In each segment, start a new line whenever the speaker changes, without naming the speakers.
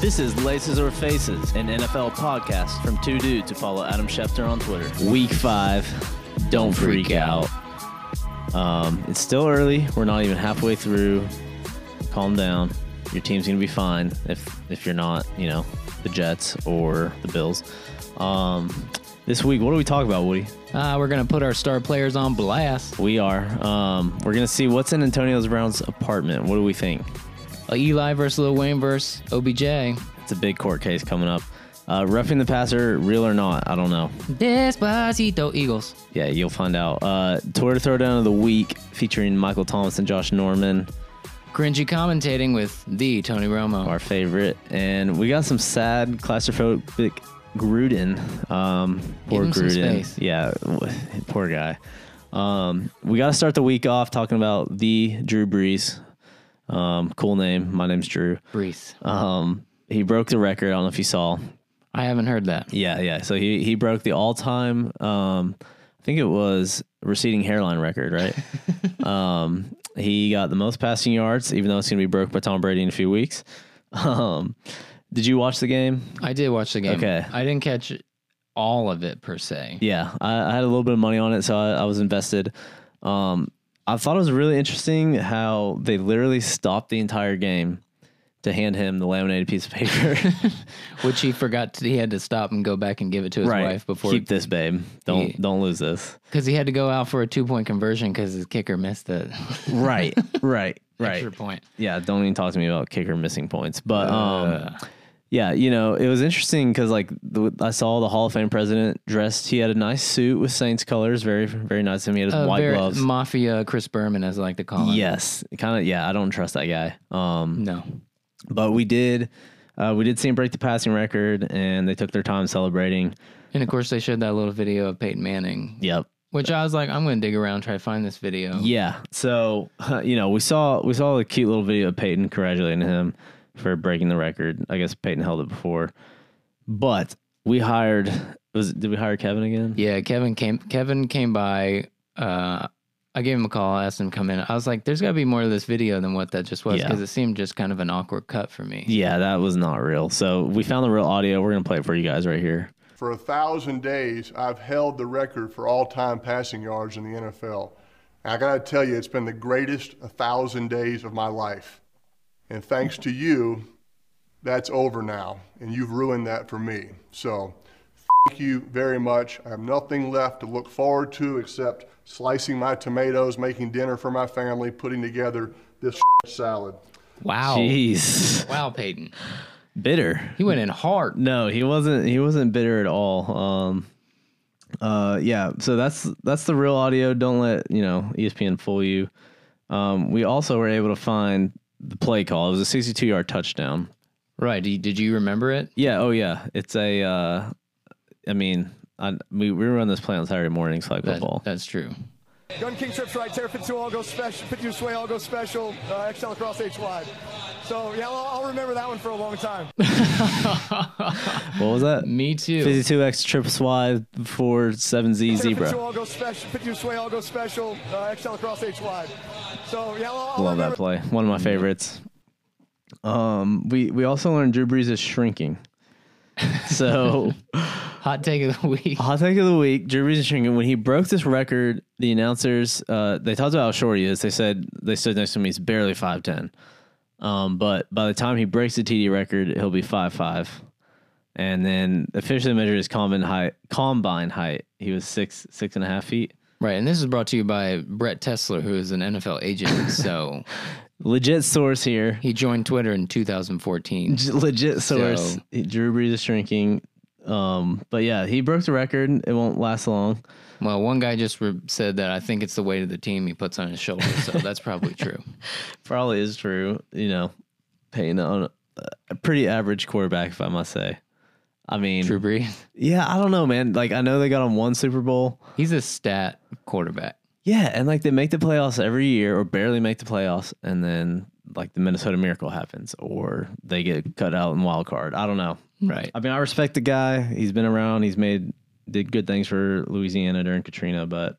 This is Laces or Faces, an NFL podcast from two dudes who follow Adam Schefter on Twitter. Week five, don't freak out. Um, it's still early. We're not even halfway through. Calm down. Your team's gonna be fine if if you're not, you know, the Jets or the Bills. Um, this week, what do we talk about, Woody?
Uh, we're gonna put our star players on blast.
We are. Um, we're gonna see what's in Antonio Brown's apartment. What do we think?
Uh, Eli versus Lil Wayne versus OBJ.
It's a big court case coming up. Uh, roughing the passer, real or not, I don't know.
Despacito Eagles.
Yeah, you'll find out. Uh, Twitter Throwdown of the Week featuring Michael Thomas and Josh Norman,
Cringy commentating with the Tony Romo.
our favorite. And we got some sad, claustrophobic Gruden. Um, poor
him some
Gruden.
space.
Yeah, w- poor guy. Um, we got to start the week off talking about the Drew Brees. Um, cool name. My name's Drew.
Brees.
Um, he broke the record. I don't know if you saw.
I haven't heard that.
Yeah, yeah. So he he broke the all time. Um, I think it was receding hairline record, right? um, he got the most passing yards, even though it's going to be broke by Tom Brady in a few weeks. Um, did you watch the game?
I did watch the game.
Okay.
I didn't catch all of it per se.
Yeah, I, I had a little bit of money on it, so I, I was invested. Um, I thought it was really interesting how they literally stopped the entire game to hand him the laminated piece of paper.
Which he forgot to, he had to stop and go back and give it to his wife before
keep this, babe. Don't
Yeah.
don't lose this.
because he had to go out for a two point conversion because his kicker missed it.
Right, right, right.
Extra point.
yeah don't even talk to me about kicker missing points but um yeah you know it was interesting because like the, i saw the hall of fame president dressed he had a nice suit with saints colors very very nice of him he had his
Uh,
white
very-
gloves
Mafia Chris Berman, as I like to call him.
yes kind of yeah i don't trust that guy um
No.
but we did uh, we did see him break the passing record and they took their time celebrating
And of course, they showed that little video of Peyton Manning,
yep
which I was like, I'm going to dig around, try to find this video.
Yeah. So you know, we saw we saw the cute little video of Peyton congratulating him for breaking the record. I guess Peyton held it before, but we hired was did we hire Kevin again?
Yeah, Kevin came. Kevin came by. Uh, I gave him a call. I asked him to come in. I was like, "There's got to be more to this video than what that just was,"
Yeah.
because it seemed just kind of an awkward cut for me.
Yeah, that was not real. So we found the real audio. We're gonna play it for you guys right here.
For a thousand days, I've held the record for all time passing yards in the NFL. And I got to tell you, it's been the greatest a thousand days of my life. And thanks to you, that's over now. And you've ruined that for me. So thank you very much. I have nothing left to look forward to except slicing my tomatoes, making dinner for my family, putting together this salad.
Wow,
Jeez,
wow, Peyton,
bitter.
Oh. he went in hard.
No, he wasn't. He wasn't bitter at all. Um, uh, yeah. So that's that's the real audio. Don't let you know E ESPN fool you. Um, we also were able to find the play call. It was a 62 yard touchdown.
Right? Did you, did you remember it?
Yeah. Oh yeah. It's a. Uh, I mean, I, we we run this play on Saturday mornings like
That-
football.
that's true.
Gun King trips right, Terra Fitzgerald all goes special, Fitzgerald all goes special, uh, XL across H wide. So yeah, I'll, I'll remember that one for a long time.
what was that?
Me too.
52x triple Y four seven Z
Terra Fitzgerald
zebra.
all goes special, Fitzgerald all goes special, uh, XL across H wide. So yeah, I'll, I'll
Love
remember
that play. One of my favorites. Um, we we also learned Drew Brees is shrinking. So
Hot take of the week.
Hot take of the week: Drew Brees and Shrinking. When he broke this record, the announcers uh, they talked about how short he is. They said they stood next to him. He's barely five ten. Um, but by the time he breaks the TD record, he'll be five five. And then officially measured his combine height. Combine height. He was six six and a half feet.
Right, and this is brought to you by Brett Tesler, who is an NFL agent. so
Legit source here.
he joined Twitter in 2014.
Legit source.
So-
Drew Brees is shrinking. Um, but yeah, he broke the record. It won't last long.
Well, one guy just re- said that I think it's the weight of the team he puts on his shoulders, so that's probably true.
Probably is true. You know, Peyton on a pretty average quarterback, if I must say. I mean,
Drew Brees,
yeah, I don't know, man. Like, I know they got on one Super Bowl.
he's a stat quarterback.
Yeah, and like they make the playoffs every year, or barely make the playoffs, and then like the Minnesota Miracle happens, or they get cut out in wild card. I don't know.
Right.
I mean, I respect the guy. He's been around. He's made did good things for Louisiana during Katrina, but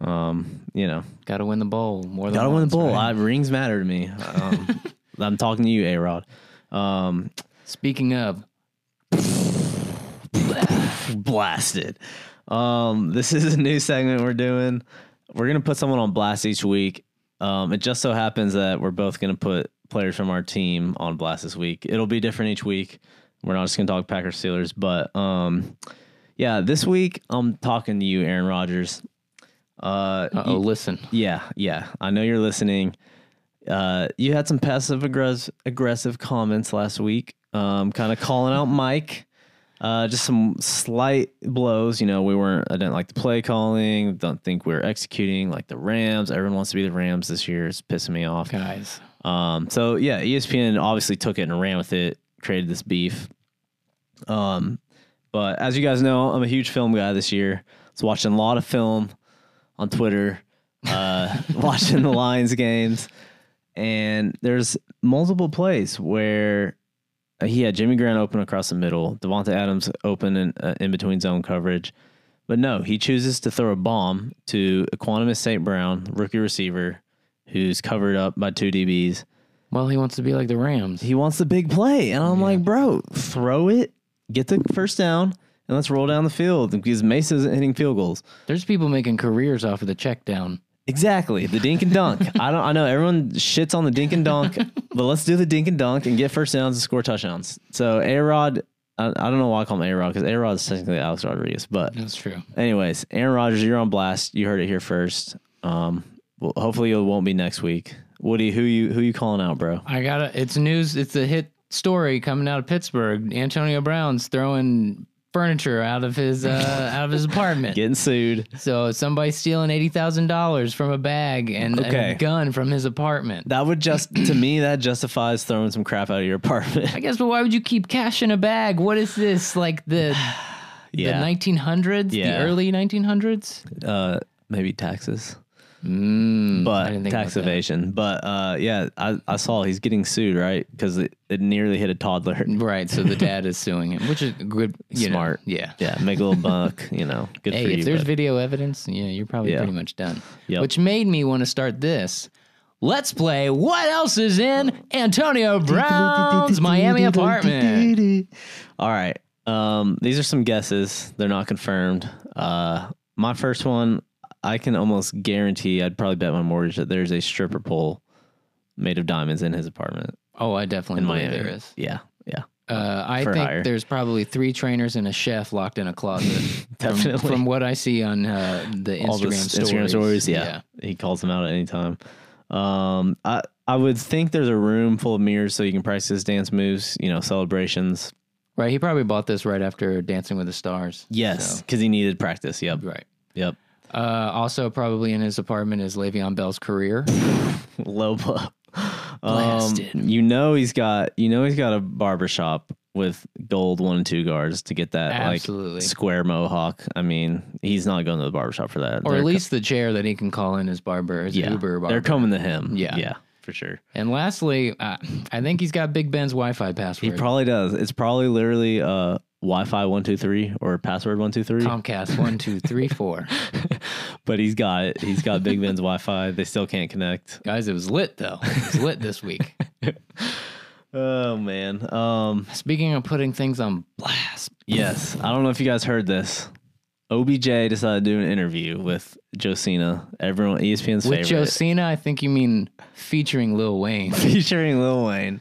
um, you know,
Got to win the bowl more than
Gotta win the
once,
bowl.
right?
I, rings matter to me. Um, I'm talking to you, A Rod. Um,
Speaking of,
blasted. Um, this is a new segment we're doing. We're gonna put someone on blast each week. Um, it just so happens that we're both gonna put players from our team on blast this week. It'll be different each week. We're not just gonna talk Packers Steelers, but um, yeah, this week I'm talking to you, Aaron Rodgers. Uh,
uh oh, listen.
yeah, yeah. I know you're listening. Uh, you had some passive aggressive aggressive comments last week, um, kind of calling out Mike. Uh, just some slight blows. You know, we weren't. I didn't like the play calling. Don't think we were executing like the Rams. Everyone wants to be the Rams this year. It's pissing me off.
Guys,
Um, so yeah, ESPN obviously took it and ran with it, created this beef. Um, but as you guys know, I'm a huge film guy this year. I was watching a lot of film on Twitter, uh, watching the Lions games, and there's multiple plays where uh, he had Jimmy Grant open across the middle, Devonta Adams open in, uh, in between zone coverage. But no, he chooses to throw a bomb to Equanimous St. Brown, rookie receiver, who's covered up by two DBs.
well, he wants to be like the Rams.
He wants the big play. And I'm like, bro, throw it, get the first down, and let's roll down the field because Mesa isn't hitting field goals.
There's people making careers off of the check down.
Exactly. The dink and dunk. I don't I know everyone shits on the dink and dunk, but let's do the dink and dunk and get first downs and score touchdowns. So A Rod I, I don't know why I call him A Rod because A Rod is technically Alex Rodriguez, but
That's true.
Anyways, Aaron Rodgers, you're on blast. You heard it here first. Um, well, hopefully it won't be next week. Woody, who you who you calling out, bro?
I gotta. It's news. It's a hit story coming out of Pittsburgh. Antonio Brown's throwing furniture out of his uh, out of his apartment.
Getting sued.
So somebody stealing eighty thousand dollars from a bag and
Okay.
a gun from his apartment.
That would just to me that justifies throwing some crap out of your apartment.
I guess, but why would you keep cash in a bag? What is this like the the
yeah,
nineteen hundreds,
Yeah.
the early nineteen hundreds?
uh, maybe taxes,
Mm, I
but
didn't think about
tax
that.
evasion. But uh, yeah, I, I saw he's getting sued right because it, it nearly hit a toddler.
Right. So the dad is suing him, which is good. you know,
Smart.
yeah.
Yeah, make a little buck. You know, good for
Hey,
you.
if there's
bud.
video evidence, yeah, you're probably
Yeah.
pretty much done.
Yep.
Which made me want to start this. Let's play What Else Is in Antonio Brown's Miami Apartment.
All right. Um, these are some guesses. They're not confirmed. Uh, my first one, I can almost guarantee. I'd probably bet my mortgage that there's a stripper pole made of diamonds in his apartment
Oh, I definitely
in
believe
Miami.
there is.
Yeah, yeah,
Uh, I
For
think
hire.
there's probably three trainers and a chef locked in a closet.
definitely.
From, from what I see on uh, the Instagram
All the s-
stories.
Instagram stories. Yeah. he calls them out at any time. Um, I I would think there's a room full of mirrors so you can practice dance moves. You know, celebrations.
Right. He probably bought this right after Dancing with the Stars.
Yes,
So,
because he needed practice. Yep,
right.
yep.
Uh, also, probably in his apartment is Le'Veon Bell's career.
low blow. Um,
Blasted.
you know he's got you know he's got a barber shop with gold one and two guards to get that
Absolutely.
like square mohawk. I mean, he's not going to the barber shop for that.
or
They're
at
co-
least the chair that he can call in his barber, his
yeah,
Uber barber.
they're coming to him.
Yeah.
yeah, for sure.
and lastly, uh, I think he's got Big Ben's Wi-Fi
He
password.
probably does. It's probably literally uh Wi-Fi one two three or password one two three.
Comcast one two three four.
But he's got it. He's got Big Ben's Wi-Fi. They still can't connect.
Guys, it was lit though. It was lit this week.
Oh man. Um.
Speaking of putting things on blast,
Yes. I don't know if you guys heard this. OBJ decided to do an interview with Josina, everyone E ESPN's favorite,
with
Mm-hmm.
Josina, I think you mean featuring Lil Wayne.
featuring Lil Wayne.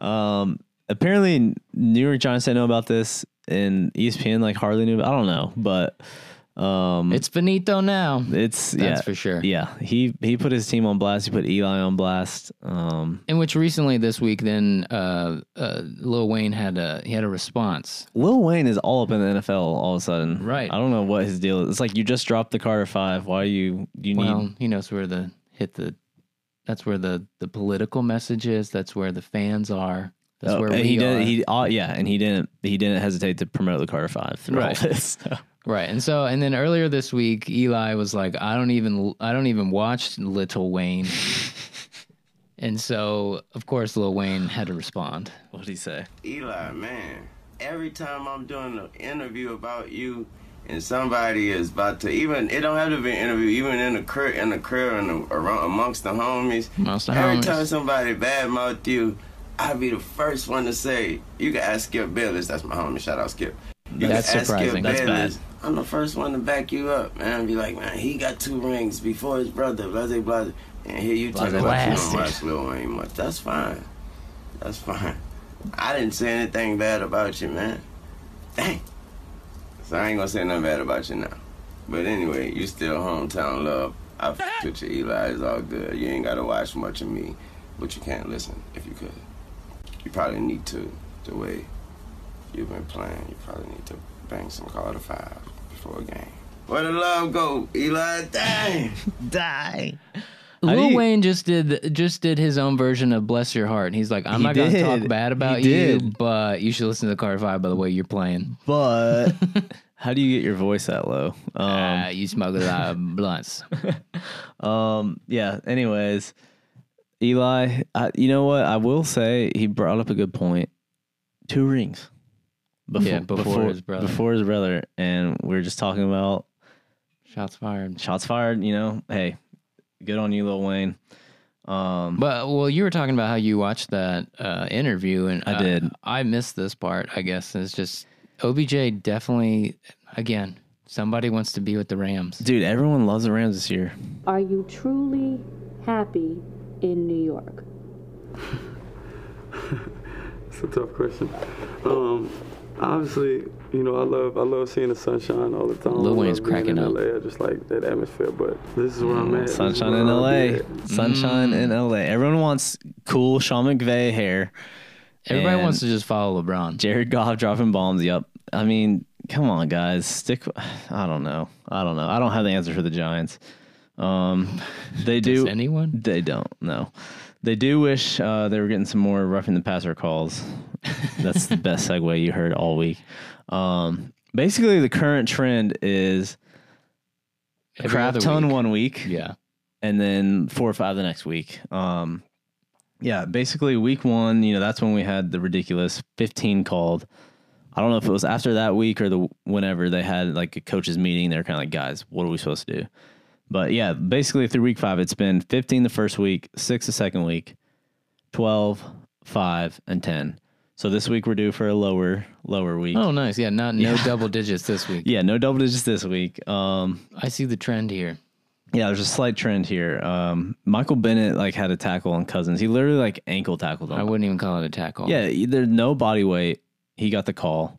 Um, apparently New York Giants didn't know about this, and E ESPN like hardly knew. I don't know, but um,
It's Benito now.
it's
That's
yeah,
for sure.
yeah. He he put his team on blast. He put Eli on blast. Um,
In which recently this week, then uh, uh, Lil Wayne had a he had a response.
Lil Wayne is all up in the NFL all of a sudden.
Right.
I don't know what his deal is. It's like you just dropped the Carter Five. Why you you need
Well, he knows where the hit the. That's where the the political message is. That's where the fans are. That's
Oh,
where
and
we
he
are.
did he uh, yeah, and he didn't he didn't hesitate to promote the Carter Five through
Right.
all this.
right. And so, and then earlier this week, Eli was like, "I don't even I don't even watch Little Wayne." and so, of course, Lil Wayne had to respond.
what did he say?
Eli, man, every time I'm doing an interview about you and somebody is about to even it don't have to be an interview, even in the crib in the crib and around amongst the homies.
Amongst the
every
homies.
time somebody badmouth you, I'd be the first one to say, you can ask Skip Bayless. That's my homie. Shout out Skip. You
That's
can ask Skip
surprising. That's
Bayless. I'm the first one to back you up, man. Be like, man, he got two rings before his brother, blase, blase. And here you talk
Blase,
about you don't
blase.
watch Lil Wayne much. That's fine. That's fine. I didn't say anything bad about you, man. Dang. So I ain't gonna say nothing bad about you now. But anyway, you still hometown love. I f- with you, Eli. It's all good. You ain't gotta watch much of me, but you can't listen if you could. You probably need to. The way you've been playing, you probably need to bang some call to five before a game. Where the love go, Eli? Dang.
Die. do
Lil
you-
Wayne just did just did his own version of "Bless Your Heart." He's like, I'm
He
not gonna
did.
talk bad about
He
you,
did.
but you should listen to the Card Five by the way you're playing.
But how do you get your voice that low? Um,
uh, you smuggle a lot of blunts.
Um, yeah. Anyways, Eli, I, you know what? I will say he brought up a good point. Two rings. Before,
Yeah, before his brother.
Before his brother, and we were just talking about
Shots fired.
shots fired. You know, hey, good on you, Lil Wayne. Um,
But well, you were talking about how you watched that uh, interview, and uh,
I did.
I missed this part. I guess it's just OBJ definitely again. Somebody wants to be with the Rams.
dude, everyone loves the Rams this year.
Are you truly happy in New York?
It's a tough question. Um, obviously, you know, I love I love seeing the sunshine all the time.
Lil
I love
Wayne's
being
cracking
in
up. Mm,
LA. I just like that atmosphere, but this is where I'm at. This is
Sunshine
where
in
I'll
LA.
be at.
Sunshine in LA. Everyone wants cool Sean McVay hair.
Everybody
And-
wants to just follow LeBron.
Jared Goff dropping bombs. Yep. I mean, come on, guys. Stick. I don't know. I don't know. I don't have the answer for the Giants. Um, they
Does
do.
anyone?
They don't. No. They do wish uh, they were getting some more roughing the passer calls. That's the best segue you heard all week. Um, basically, the current trend is a
Every
crap
other
ton
week.
one week
Yeah.
and then four or five the next week. Um, yeah, basically week one, you know, that's when we had the ridiculous 15 called. I don't know if it was after that week or the whenever they had like a coaches meeting. They're kind of like, guys, what are we supposed to do? But yeah, basically through week five, it's been 15 the first week, six the second week, 12, five, and 10. So this week we're due for a lower, lower week.
Oh, nice. Yeah, not no double digits this week.
Yeah, no double digits this week. Um,
I see the trend here.
Yeah, there's a slight trend here. Um, Michael Bennett like had a tackle on Cousins. He literally like ankle tackled him.
I wouldn't even call it a tackle.
yeah, there's no body weight. He got the call.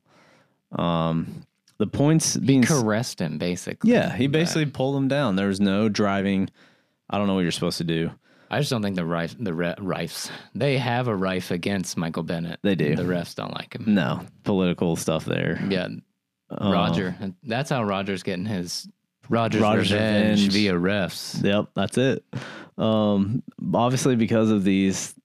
Um, the points being s-
caressed him basically.
yeah, he basically pulled him down. There was no driving. I don't know what you're supposed to do.
I just don't think the rife the re- rifes they have a rife against Michael Bennett.
They do. Mm.
The refs don't like him.
No political stuff there.
Yeah,
Uh,
Roger. That's how Roger's getting his Roger's,
Rodgers
revenge,
revenge.
via refs.
Yep, that's it. Um, obviously, because of these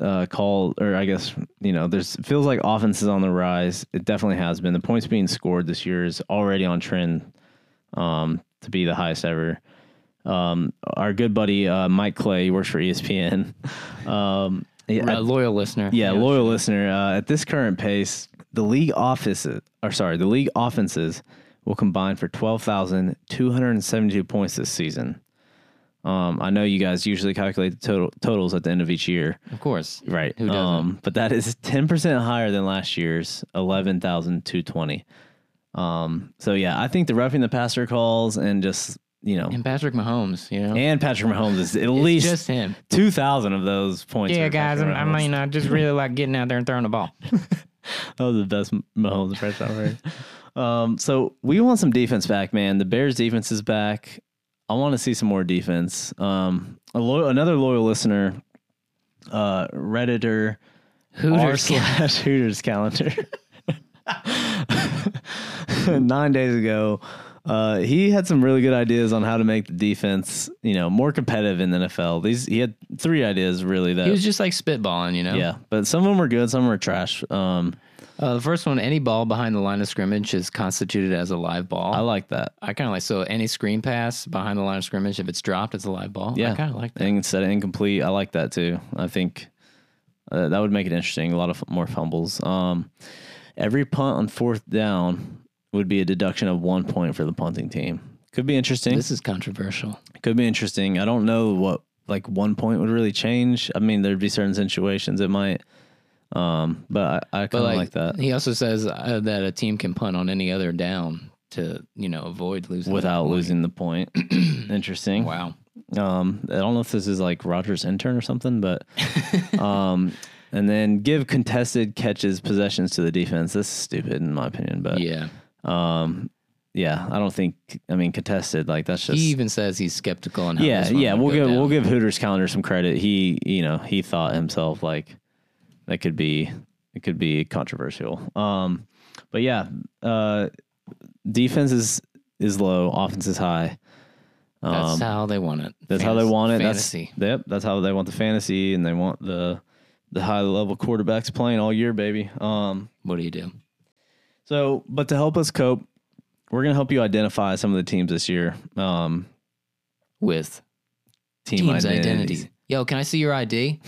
uh, call, or I guess you know, there's it feels like offense is on the rise. It definitely has been. The points being scored this year is already on trend um, to be the highest ever. Um, our good buddy uh, Mike Clay he works for ESPN. Um, yeah,
A loyal listener.
yeah, loyal listener. Uh, at this current pace, the league offices, or sorry, the league offenses will combine for twelve thousand two hundred and seventy-two points this season. Um, I know you guys usually calculate the total totals at the end of each year,
Of course.
right?
Who doesn't?
Um, but that is ten percent higher than last year's eleven thousand two twenty. Um, so yeah, I think the roughing the passer calls and just you know,
And Patrick Mahomes, you know.
and Patrick Mahomes is at least
just him.
two thousand of those points. are Patrick Mahomes.
I just really like getting out there and throwing the ball.
That was the best Mahomes impression I've heard. Um, so we want some defense back, man. The Bears defense is back. I want to see some more defense. Um, a lo- another loyal listener, uh, Redditor r
Hooters.
slash Hooters calendar. Nine days ago, uh, he had some really good ideas on how to make the defense, you know, more competitive in the NFL. These he had three ideas really that,
He was just like spitballing, you know.
yeah, but some of them were good, some were trash. Um,
Uh, the first one, any ball behind the line of scrimmage is constituted as a live ball.
I like that.
I kind of like so any screen pass behind the line of scrimmage if it's dropped, it's a live ball.
Yeah,
I kind of like that.
And instead of incomplete, I like that too. I think uh, that would make it interesting. A lot of more fumbles. Um, every punt on fourth down would be a deduction of one point for the punting team. Could be interesting.
This is controversial.
Could be interesting. I don't know what like one point would really change. I mean, there'd be certain situations it might. Um, but I, I
But
kind of
like,
like, that
he also says uh, that a team can punt on any other down to you know avoid losing that
without
point.
losing the point. Interesting.
Wow.
Um, I don't know if this is like Rogers' intern or something, but um, and then give contested catches possessions to the defense. This is stupid in my opinion, but
Yeah.
um, yeah, I don't think. I mean, contested like that's just
he even says he's skeptical on how
yeah,
this one
yeah.
would
We'll
go
give
down.
we'll give Hooters calendar some credit. He you know he thought himself like that could be it could be controversial. Um, but yeah, uh, defense is is low, offense is high.
That's how they want it.
um, That's how they
Fantas-
want it.
Fantasy.
That's yep. That's how they want the fantasy, and they want the the high level quarterbacks playing all year, baby. Um,
what do you do?
so, but to help us cope, we're gonna help you identify some of the teams this year. Um,
With
team
team's
identities.
identity. Yo, can I see your ID?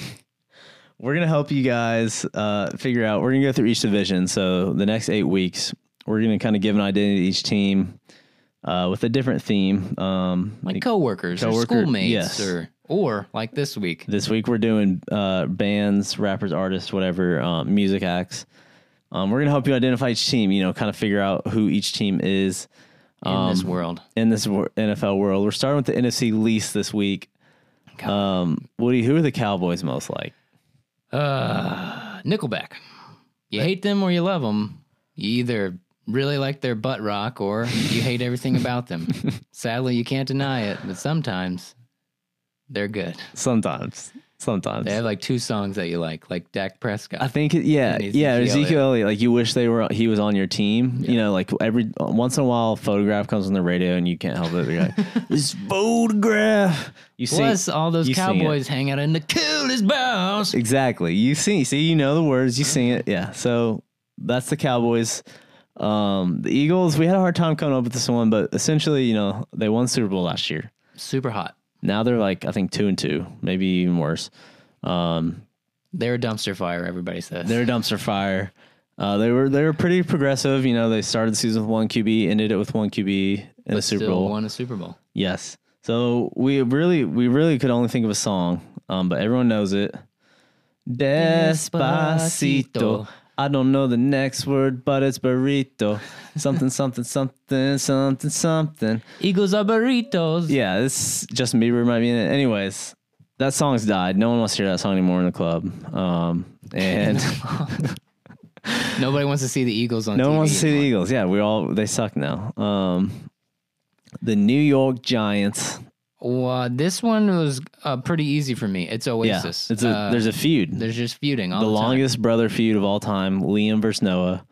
We're gonna help you guys uh, figure out. We're gonna go through each division. So the next eight weeks, we're gonna kind of give an identity to each team uh, with a different theme. Um,
Like coworkers or
Coworker-
schoolmates
yes.
or or like this week.
This week we're doing uh, bands, rappers, artists, whatever, um, music acts. Um, we're gonna help you identify each team. You know, kind of figure out who each team is
In
Um,
this world.
in this wor- NFL world. We're starting with the NFC least this week. Um, Woody, who are the Cowboys most like?
Uh, Nickelback. You hate them or you love them. You either really like their butt rock or you hate everything about them. Sadly, you can't deny it, but sometimes they're good.
Sometimes, sometimes.
They have like two songs that you like, like Dak Prescott.
I think it, yeah,
And
yeah.
Ezekiel
Ezekiel Elliott, like you wish they were he was on your team. You know, like every once in a while, a photograph comes on the radio and you can't help it. You're like, this photograph. You sing-
Plus, all those
you sing it.
cowboys hang out in the coolest bars.
Exactly. You see, see, you know the words, you sing it. Yeah. So that's the Cowboys. Um, the Eagles, we had a hard time coming up with this one, but essentially, you know, they won Super Bowl last year.
Super hot.
Now they're like, I think two and two, maybe even worse. Um,
They're a dumpster fire, everybody says.
they're a dumpster fire. Uh, they were they were pretty progressive. You know, they started the season with one QB, ended it with one QB in the Super
Still
Bowl.
won a Super Bowl.
Yes. So we really we really could only think of a song, um, but everyone knows it. Despacito.
Despacito.
I don't know the next word, but it's burrito. Something, something, something, something, something.
Eagles are burritos.
Yeah, this Justin Bieber might be in it. Anyways, that song's died. No one wants to hear that song anymore in the club. Um, and
Nobody wants to see the Eagles on
no
TV.
one wants to see the
anymore.
Eagles. Yeah, we all they suck now. Um, the New York Giants.
Well, this one was uh, pretty easy for me. It's
Yeah,
Oasis.
it's a,
Uh,
there's a feud.
there's just feuding all the,
the
time.
longest brother feud of all time, Liam versus Noah.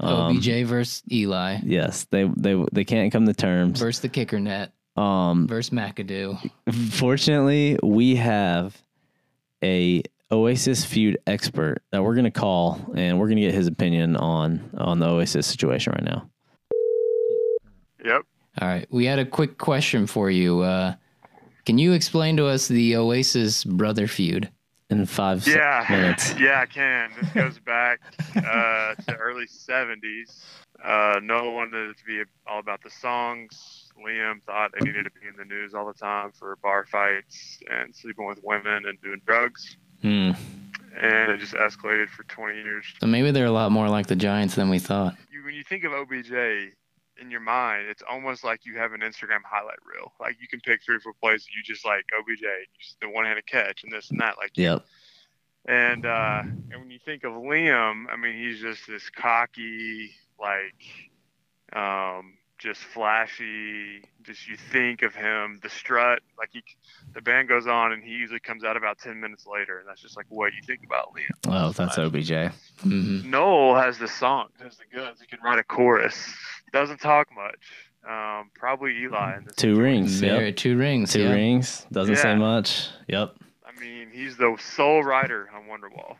um,
OBJ versus Eli
Yes, they they they can't come to terms.
versus the kicker net
Um,
versus McAdoo.
fortunately, we have a Oasis feud expert that we're gonna call, and we're gonna get his opinion on on the Oasis situation right now.
Yep.
All right, we had a quick question for you. Uh, can you explain to us the Oasis brother feud?
In five se-
Yeah.
minutes,
Yeah, I can. This goes back uh, to early '70s. Uh, Noah wanted it to be all about the songs. Liam thought they needed to be in the news all the time for bar fights and sleeping with women and doing drugs.
Hmm.
And it just escalated for 20 years.
So maybe they're a lot more like the Giants than we thought.
You, when you think of OBJ in your mind, it's almost like you have an Instagram highlight reel. Like you can pick three or four plays that you just like OBJ, just the one-handed catch and this and that. Like
Yep.
And uh, and when you think of Liam, I mean, he's just this cocky, like, um, just flashy. Just you think of him, the strut. Like he, the band goes on, and he usually comes out about ten minutes later, and that's just like what you think about Liam.
Oh, that's OBJ.
hmm
Noel has the song, has the goods. He can write a chorus. Doesn't talk much. Um, probably Eli. In this
Two rings.
Very
Yep.
two rings.
Two
yeah.
rings. Doesn't say
Yeah.
much. Yep.
I mean, he's the sole writer on Wonderwall.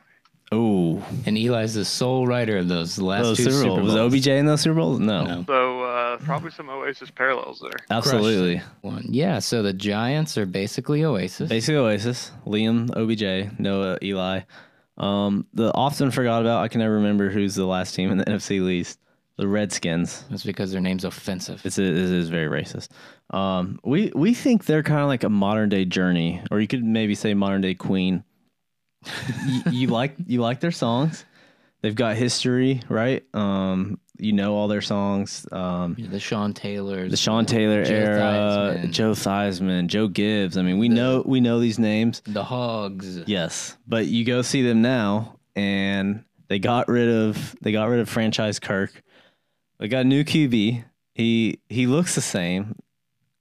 Ooh,
And Eli's the sole writer of those last
those
two
Super,
Super
Bowl.
Bowls.
Was OBJ in those Super Bowls? No.
No.
So uh, probably some Oasis parallels there.
Absolutely.
One. Yeah, so the Giants are basically Oasis.
Basically, Oasis, Liam, OBJ, Noah, Eli. Um, the often forgot about. I can never remember who's the last team in the NFC least. The Redskins.
That's because their name's offensive.
It's it is very racist. Um, we we think they're kind of like a modern day journey, or you could maybe say modern day Queen. you, you like you like their songs. They've got history, right? Um, you know all their songs. Um,
The Sean Taylors.
the Sean Taylor
Joe
era,
Theismann.
Joe Theismann, Joe Gibbs. I mean, we know we know these names.
The Hogs.
Yes, but you go see them now, and they got rid of they got rid of franchise Kirk. They got a new QB. He he looks the same.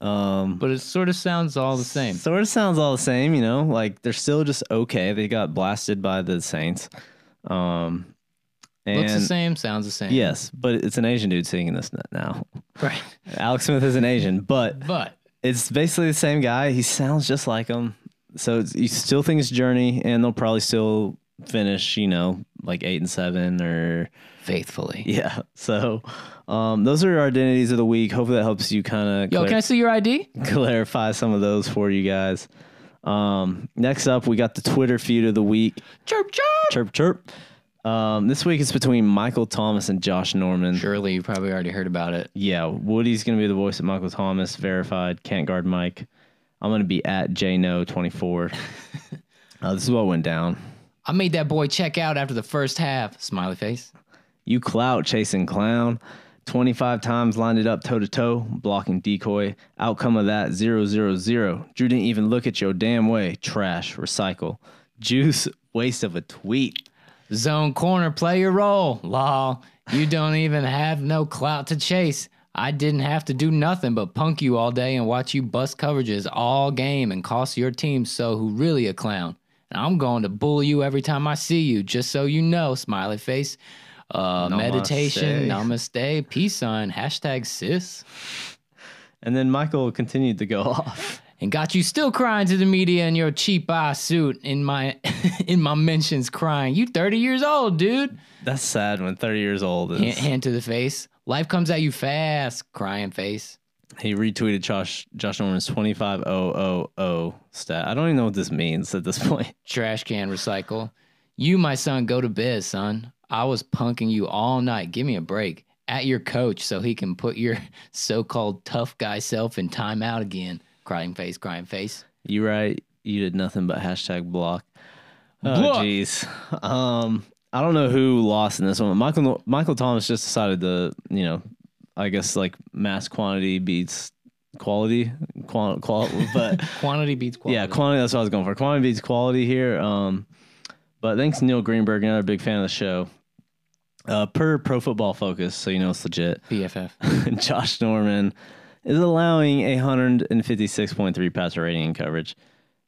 Um,
But it sort of sounds all the same.
Sort of sounds all the same, you know. Like they're still just okay. They got blasted by the Saints. Um, and
Looks the same, sounds the same.
Yes, but it's an Asian dude singing this n- now.
Right.
Alex Smith is an Asian, but
But
it's basically the same guy. He sounds just like him. So it's, you still think it's Journey, and they'll probably still finish, you know, like eight and seven or
faithfully.
yeah. So um, those are our identities of the week. Hopefully that helps you kind of
Yo, can I see your ID?
clarify some of those for you guys. Um, next up, we got the Twitter feud of the week.
Chirp, chirp.
Chirp, chirp. Um, this week it's between Michael Thomas and Josh Norman.
Surely you probably already heard about it.
Yeah, Woody's going to be the voice of Michael Thomas, verified, can't guard Mike. I'm going to be at JNo24. uh, this is what went down.
I made that boy check out after the first half. Smiley face.
You clout chasing clown. 25 times lined it up toe to toe, blocking decoy. Outcome of that, zero, zero, zero. Drew didn't even look at your damn way. Trash, recycle. Juice, waste of a tweet.
Zone corner, play your role. Lol. You don't even have no clout to chase. I didn't have to do nothing but punk you all day and watch you bust coverages all game and cost your team so who really a clown. And I'm going to bull you every time I see you, just so you know, smiley face. Uh,
Namaste.
meditation, namaste, peace sign, hashtag sis.
And then Michael continued to go off.
and got you still crying to the media in your cheap eye suit in my in my mentions crying you 30 years old dude
That's sad when 30 years old is.
hand, hand to the face life comes at you fast crying face
He retweeted Josh Josh Norman's 25000 stat. I don't even know what this means at this point.
trash can recycle you my son go to bed son i was punking you all night give me a break at your coach so he can put your so-called tough guy self in timeout again crying face crying face
You right. You did nothing but hashtag block. Oh
Block.
jeez. Um, I don't know who lost in this one. Michael Michael Thomas just decided to you know, I guess like mass quantity beats quality, qual, qual but
quantity beats quality
Yeah, quantity. That's what I was going for. Quantity beats quality here. Um, but thanks Neil Greenberg, another big fan of the show. Uh, per Pro Football Focus, so you know it's legit.
pff
Josh Norman is allowing a hundred and fifty-six point three passer rating in coverage.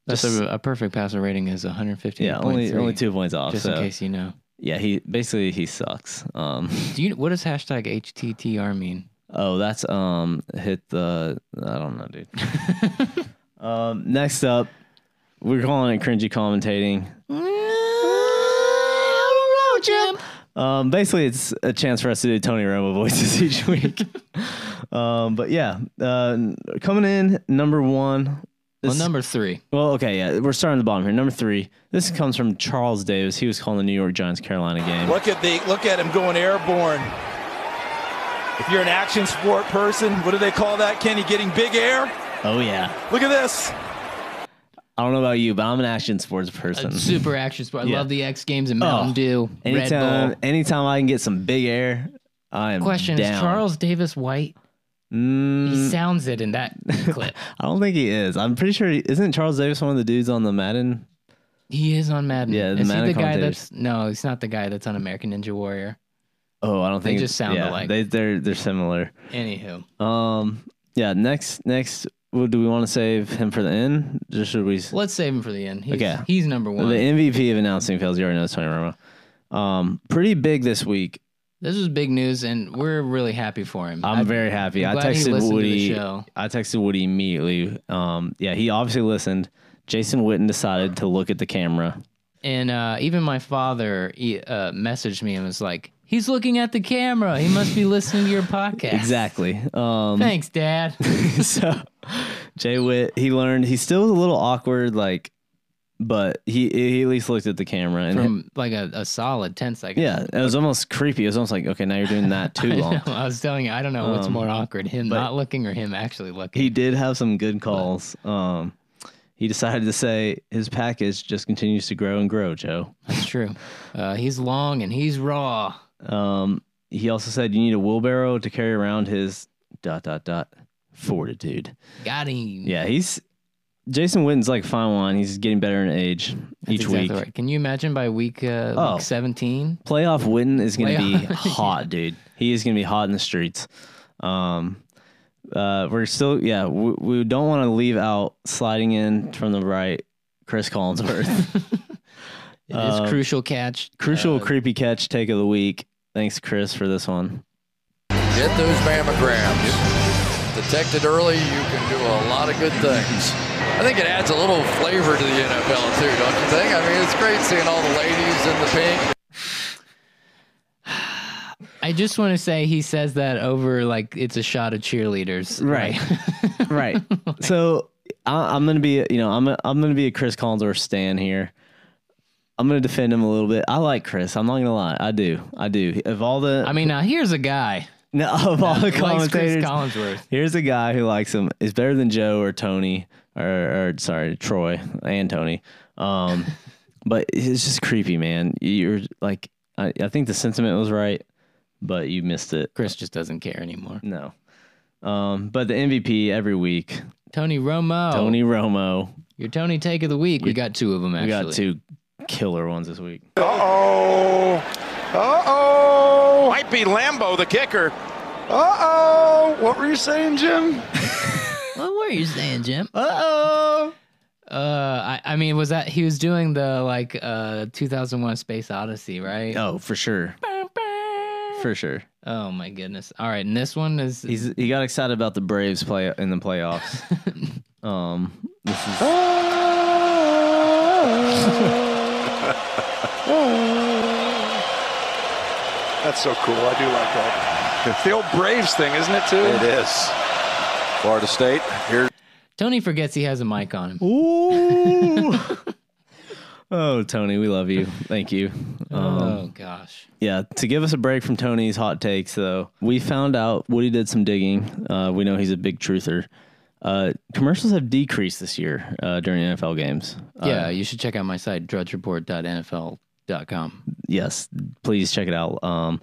that's
Just-
a, a perfect passer rating is 150
Yeah, only only two points off.
just
so
in case you know
yeah, he basically he sucks. Um,
Do you what does hashtag HTTR mean?
oh, that's um hit the I don't know, dude. um, next up, we're calling it cringy commentating.
Mm-hmm.
Um, basically, it's a chance for us to do Tony Romo voices each week. um, but yeah, uh, coming in number one.
Well,
this-
number three.
Well, okay, yeah, we're starting at the bottom here. Number three. This comes from Charles Davis. He was calling the New York Giants Carolina game.
Look at the look at him going airborne. If you're an action sport person, what do they call that, Kenny? Getting big air?
Oh yeah,
Look at this.
I don't know about you, but I'm an action sports person.
Super action sport. I
Yeah.
love the X Games and Mountain
Oh,
Dew. Red
Anytime,
Bull.
anytime I can get some big air, I am
Question
down.
is Charles Davis White? He
Mm,
sounds it in that clip.
I don't think he is. I'm pretty sure. He, isn't Charles Davis one of the dudes on the Madden?
He is on Madden.
Yeah, the
is
Madden
he the guy
commentators.
that's no? He's not the guy that's on American Ninja Warrior.
Oh, I don't
They
think
just sound
yeah,
alike.
They, they're they're similar.
Anywho,
Um, yeah. Next, next, what, do we want to save him for the end? Just should we? s-
let's save him for the end. He's,
Okay.
he's number one.
The MVP of announcing fails. You already know it's Tony Romo. Um, pretty big this week.
this is big news, and we're really happy for him.
I'm
I-
very happy.
I'm
I
glad he listened
texted
to the
Woody.
show.
I texted Woody immediately. Um, yeah, he obviously listened. Jason Witten decided to look at the camera.
And uh, even my father he, uh, messaged me and was like, "He's looking at the camera. He must be listening to your podcast."
Exactly. Um,
Thanks, Dad.
so Jay Witt, he learned he still was a little awkward, like, but he he at least looked at the camera and
From like a, a solid ten seconds.
yeah, it was almost creepy. It was almost like okay, now you're doing that too
I,
long.
know, I was telling you, I don't know what's
Um,
more awkward, him
but-
not looking or him actually looking.
He did have some good calls. Um, He decided to say his package just continues to grow and grow, Joe.
That's true. Uh, he's long and he's raw.
Um, he also said you need a wheelbarrow to carry around his dot dot dot fortitude.
Got him.
Yeah, he's Jason Witten's like fine wine. He's getting better in age
That's
each
exactly
week.
Right. Can you imagine by week uh,
Oh.
like 17?
Playoff Witten is going to be
Playoff-
hot, dude. He is going to be hot in the streets. Um, uh, we're still, yeah, we, we don't want to leave out sliding in from the right, Chris Collinsworth.
It is
Um,
crucial catch.
Crucial creepy catch take of the week. Thanks, Chris, for this one.
Get those mammograms. Detected early, you can do a lot of good things. I think it adds a little flavor to the NFL too, don't you think? I mean, it's great seeing all the ladies in the pink.
I just want to say he says that over like it's a shot of cheerleaders.
Right. right. So I, I'm gonna be, you know, I'm a, I'm gonna be a Chris Collinsworth stan here. I'm gonna defend him a little bit. I like Chris. I'm not gonna lie. I do. I do. Of all the,
I mean, now here's a guy.
no, of all the
that likes Chris
commentators,
Collinsworth.
here's a guy who likes him. Is better than Joe or Tony or, or sorry, Troy and Tony. Um, but it's just creepy, man. You're like, I, I think the sentiment was right, but you missed it.
Chris just doesn't care anymore.
No. Um, but the MVP every week,
Tony Romo.
Tony Romo.
Your Tony take of the week. We got two of them
We
actually.
got two killer ones this week.
Uh-oh. Uh-oh. Might be Lambo, the kicker.
Uh-oh. What were you saying, Jim?
What were you saying, Jim? Uh oh. Uh, I, I mean, was that he was doing the like uh 2001 Space Odyssey, right?
Oh, for sure. For sure.
Oh my goodness. All right, and this one is
He's he got excited about the Braves play in the playoffs. um this is
That's so cool. I do like that. It's the old Braves thing, isn't it, too? It is. Florida State. Here.
Tony forgets he has a mic on him.
Ooh. Oh, Tony, we love you. Thank you. Um,
oh gosh.
yeah, to give us a break from Tony's hot takes, though, we found out Woody did some digging. Uh, we know he's a big truther. Uh, commercials have decreased this year uh, during NFL games. Uh,
yeah, you should check out my site drudgereport.nfl.com.
yes, please check it out. Um,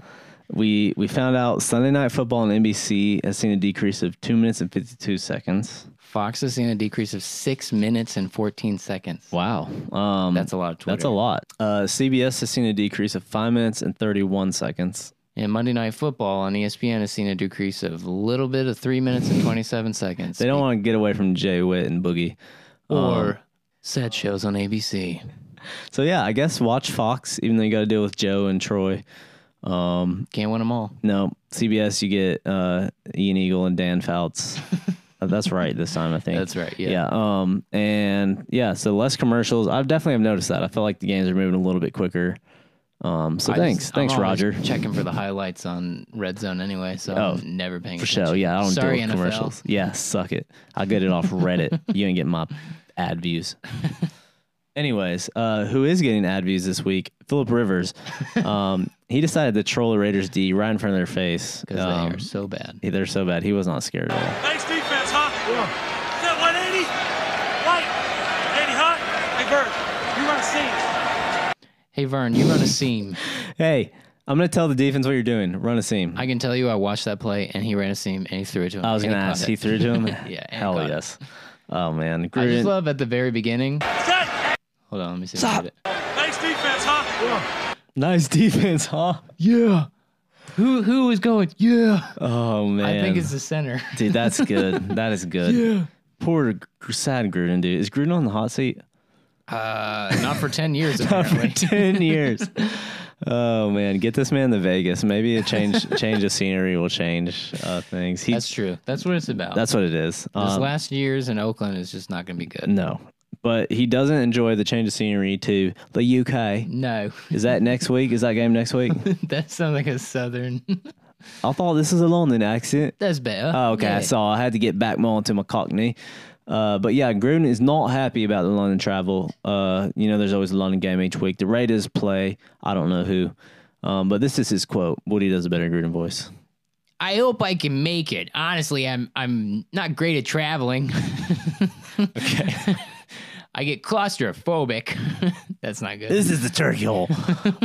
we we found out Sunday Night Football on NBC has seen a decrease of two minutes and fifty two seconds.
Fox has seen a decrease of six minutes and 14 seconds.
Wow, um,
That's a lot of Twitter.
that's a lot. Uh, CBS has seen a decrease of five minutes and thirty one seconds.
And Monday Night Football on E ESPN has seen a decrease of a little bit of three minutes and 27 seconds.
They don't want to get away from Jay Witt and Boogie. Um,
or sad shows on ABC.
So yeah, I guess watch Fox, even though you got to deal with Joe and Troy.
Can't win them all.
No, CBS, you get uh, Ian Eagle and Dan Fouts. Uh, That's right this time, I think.
That's right, yeah.
Yeah. Um. And yeah. So less commercials. I've definitely have noticed that. I feel like the games are moving a little bit quicker. Um. So
I
thanks,
just- I'm
thanks,
always
Roger.
Checking for the highlights on Red Zone anyway, so
Oh,
I'm never paying
For
attention.
show. Yeah. I don't
Sorry,
do
NFL.
commercials. Yeah. Suck it. I'll get it off Reddit. you ain't getting my ad views. Anyways, uh, who is getting ad views this week? Philip Rivers. Um, he decided to troll the Raiders D right in front of their face
Because
Um,
they are so bad.
They're so bad. He was not scared at all.
Nice defense, huh? Is that 180? Light. 80, huh? Hey, Bird, you run seams.
Hey, Vern, you run a seam.
Hey, I'm gonna tell the defense what you're doing. Run a seam.
I can tell you, I watched that play, and he ran a seam, and he threw it to him.
I was
and
gonna
he
ask.
caught
He
it.
threw to him.
Yeah, and
Hell
caught it.
yes. Oh man,
I
Gruden.
just love at the very beginning. Hold on, let me see. if I get it.
Nice defense, huh?
nice defense, huh?
Yeah. Who who is going? Yeah.
Oh man.
I think it's the center.
dude. That's good. that is good. Yeah. Poor Gr- sad Gruden, dude. Is Gruden on the hot seat
Uh, not for ten years
for
apparently.
ten years? Oh man, get this man to Vegas. Maybe a change change of scenery will change uh, things. He,
That's true. That's what it's about.
that's what it is.
His
Um,
last years in Oakland is just not going to be good.
no, but he doesn't enjoy the change of scenery to the UK.
No,
Is that next week? Is that game next week?
that sounds like a southern.
I thought this is a London accent.
That's better.
Oh, okay,
Yeah.
I saw. I had to get back more onto my Cockney. Uh, but yeah, Gruden is not happy about the London travel. Uh, you know, there's always a London game each week. The Raiders play. I don't know who, um, but this is his quote. Woody does a better Gruden voice.
I hope I can make it. Honestly, I'm I'm not great at traveling. okay. I get claustrophobic. That's not good.
This is the turkey hole.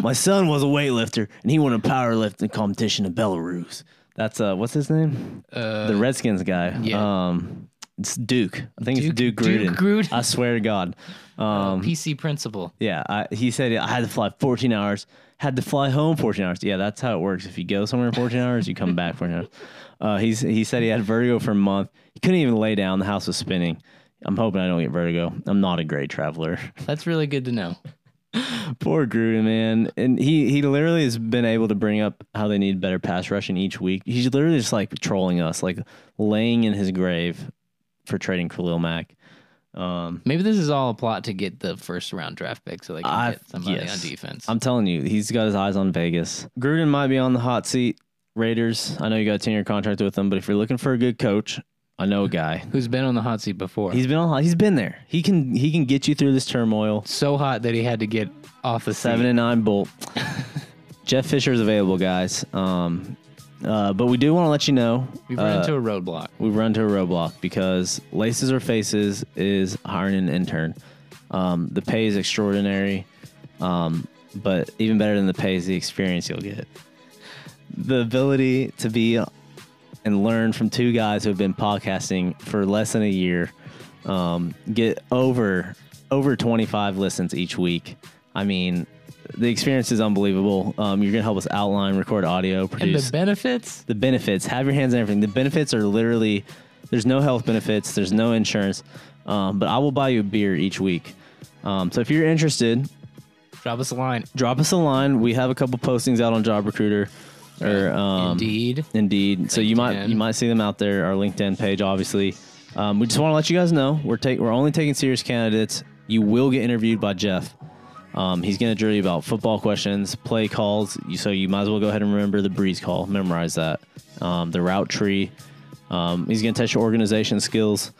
My son was a weightlifter and he won a powerlifting competition in Belarus. That's uh, what's his name? Uh, the Redskins guy. Yeah. Um, it's Duke. I think it's Duke
Duke-
Gruden.
Duke Gruden.
I swear to God. Um,
PC principal.
Yeah, I, he said I had to fly 14 hours, had to fly home 14 hours. Yeah, that's how it works. If you go somewhere in 14 hours, you come back 14 hours. Uh, he's, he said he had vertigo for a month. He couldn't even lay down. The house was spinning. I'm hoping I don't get vertigo. I'm not a great traveler.
That's really good to know.
Poor Gruden, man. And he, he literally has been able to bring up how they need better pass rushing each week. He's literally just like trolling us, like laying in his grave for trading Khalil Mack. Um,
Maybe this is all a plot to get the first round draft pick so they can
I-
get somebody
yes.
on defense.
I'm telling you, he's got his eyes on Vegas. Gruden might be on the hot seat. Raiders, I know you got a 10 year contract with them, but if you're looking for a good coach, I know a guy
who's been on the hot seat before.
He's been on hot. He's been there. He can he can get you through this turmoil.
So hot that he had to get off the
seven and nine bolt. Jeff Fisher's available, guys. Um, uh, but we do want to let you know
We've run
uh,
into a roadblock.
We've run to a roadblock because Laces or Faces is hiring an intern. Um, the pay is extraordinary, um, but even better than the pay is the experience you'll get. The ability to be and learn from two guys who have been podcasting for less than a year, um, get over over 25 listens each week. I mean, the experience is unbelievable. Um, you're gonna help us outline, record audio,
And
produce
the benefits?
the benefits. Have your hands on everything. The benefits are literally there's no health benefits, there's no insurance. Um, but I will buy you a beer each week. Um, so if you're interested,
drop us a line.
Drop us a line. We have a couple postings out on Job Recruiter or um,
Indeed.
Indeed. So you might you might see them out there. Our LinkedIn page, obviously. Um, we just want to let you guys know we're take we're only taking serious candidates. You will get interviewed by Jeff. Um, he's going to drill you about football questions, play calls. You, so you might as well go ahead and remember the breeze call, memorize that, um, the route tree. Um, he's going to test your organization skills.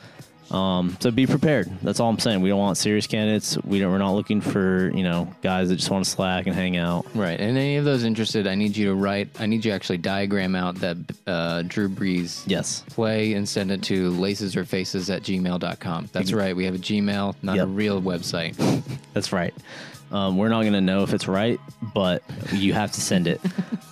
Um, so be prepared. That's all I'm saying. We don't want serious candidates. We don't. We're not looking for you know guys that just want to slack and hang out.
Right. And any of those interested, I need you to write, I need you to actually diagram out that uh, Drew Brees
yes.
play and send it to lacesorfaces at gmail.com. That's right. We have a Gmail, not a
Yep.
real website.
That's right. Um, we're not gonna know if it's right, but you have to send it.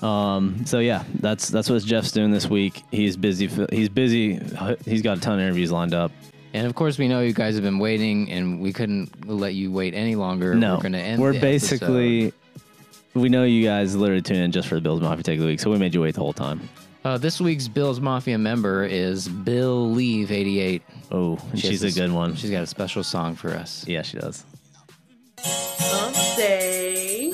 um, so yeah, that's that's what Jeff's doing this week. He's busy. fi- He's busy. He's got a ton of interviews lined up.
And of course, we know you guys have been waiting, and we couldn't let you wait any longer.
No,
we're going to end.
We're
the
basically. We know you guys literally tune in just for the Bills Mafia take of the week, so we made you wait the whole time.
episode. Uh, this week's Bill's Mafia member is Bill Leave eighty eight.
Oh, and she's a good one.
She's got a special song for us.
Yeah, she does.
Say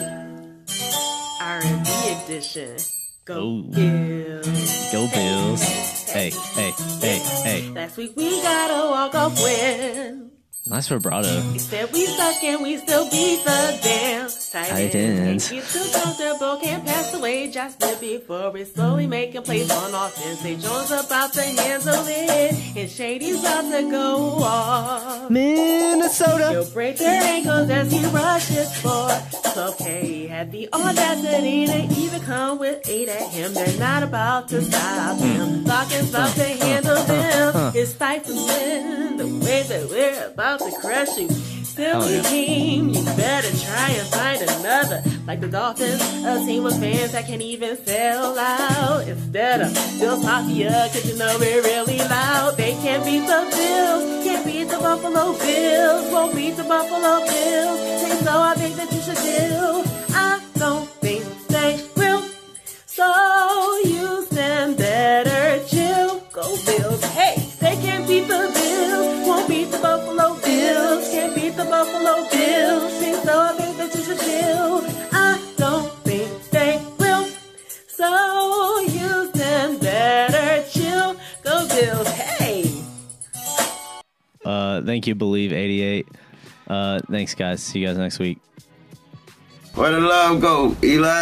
R&B edition.
Go
Bills.
Go Bills. Hey, hey, hey, hey.
Last week we got a walk off win.
Nice vibrato.
He said we suck and we still beat the damn
Tight
tight
ends.
ends. Can't get too comfortable, can't pass away. Just the before it slowly making plays on offense. They Jones about to handle it, and Shady's about to go off.
Minnesota.
He'll break their ankles as he rushes for. So K had the audacity to even come with eight at him. They're not about to stop him. Falcons about to handle them. It's stifling the way that we're about to crush you.
Hell
Silly
yeah.
team, you better try and find another. Like the Dolphins, a team with fans that can even sell out. Instead of Bills Mafia, cause you know we're really loud. They can't beat the Bills, can't beat the Buffalo Bills, won't beat the Buffalo Bills. They so I think that you should deal. I don't think they will. So you stand better chill. Go Bills. Hey, they can't beat the Bills. Won't beat the Buffalo Bills. Can't beat the Buffalo Bills. Think so I think that you should chill. I don't think they will. So you stand better chill. Go Bills. Hey.
Uh, thank you, Believe 88. Uh, thanks, guys. See you guys next week.
Where the love go, Eli?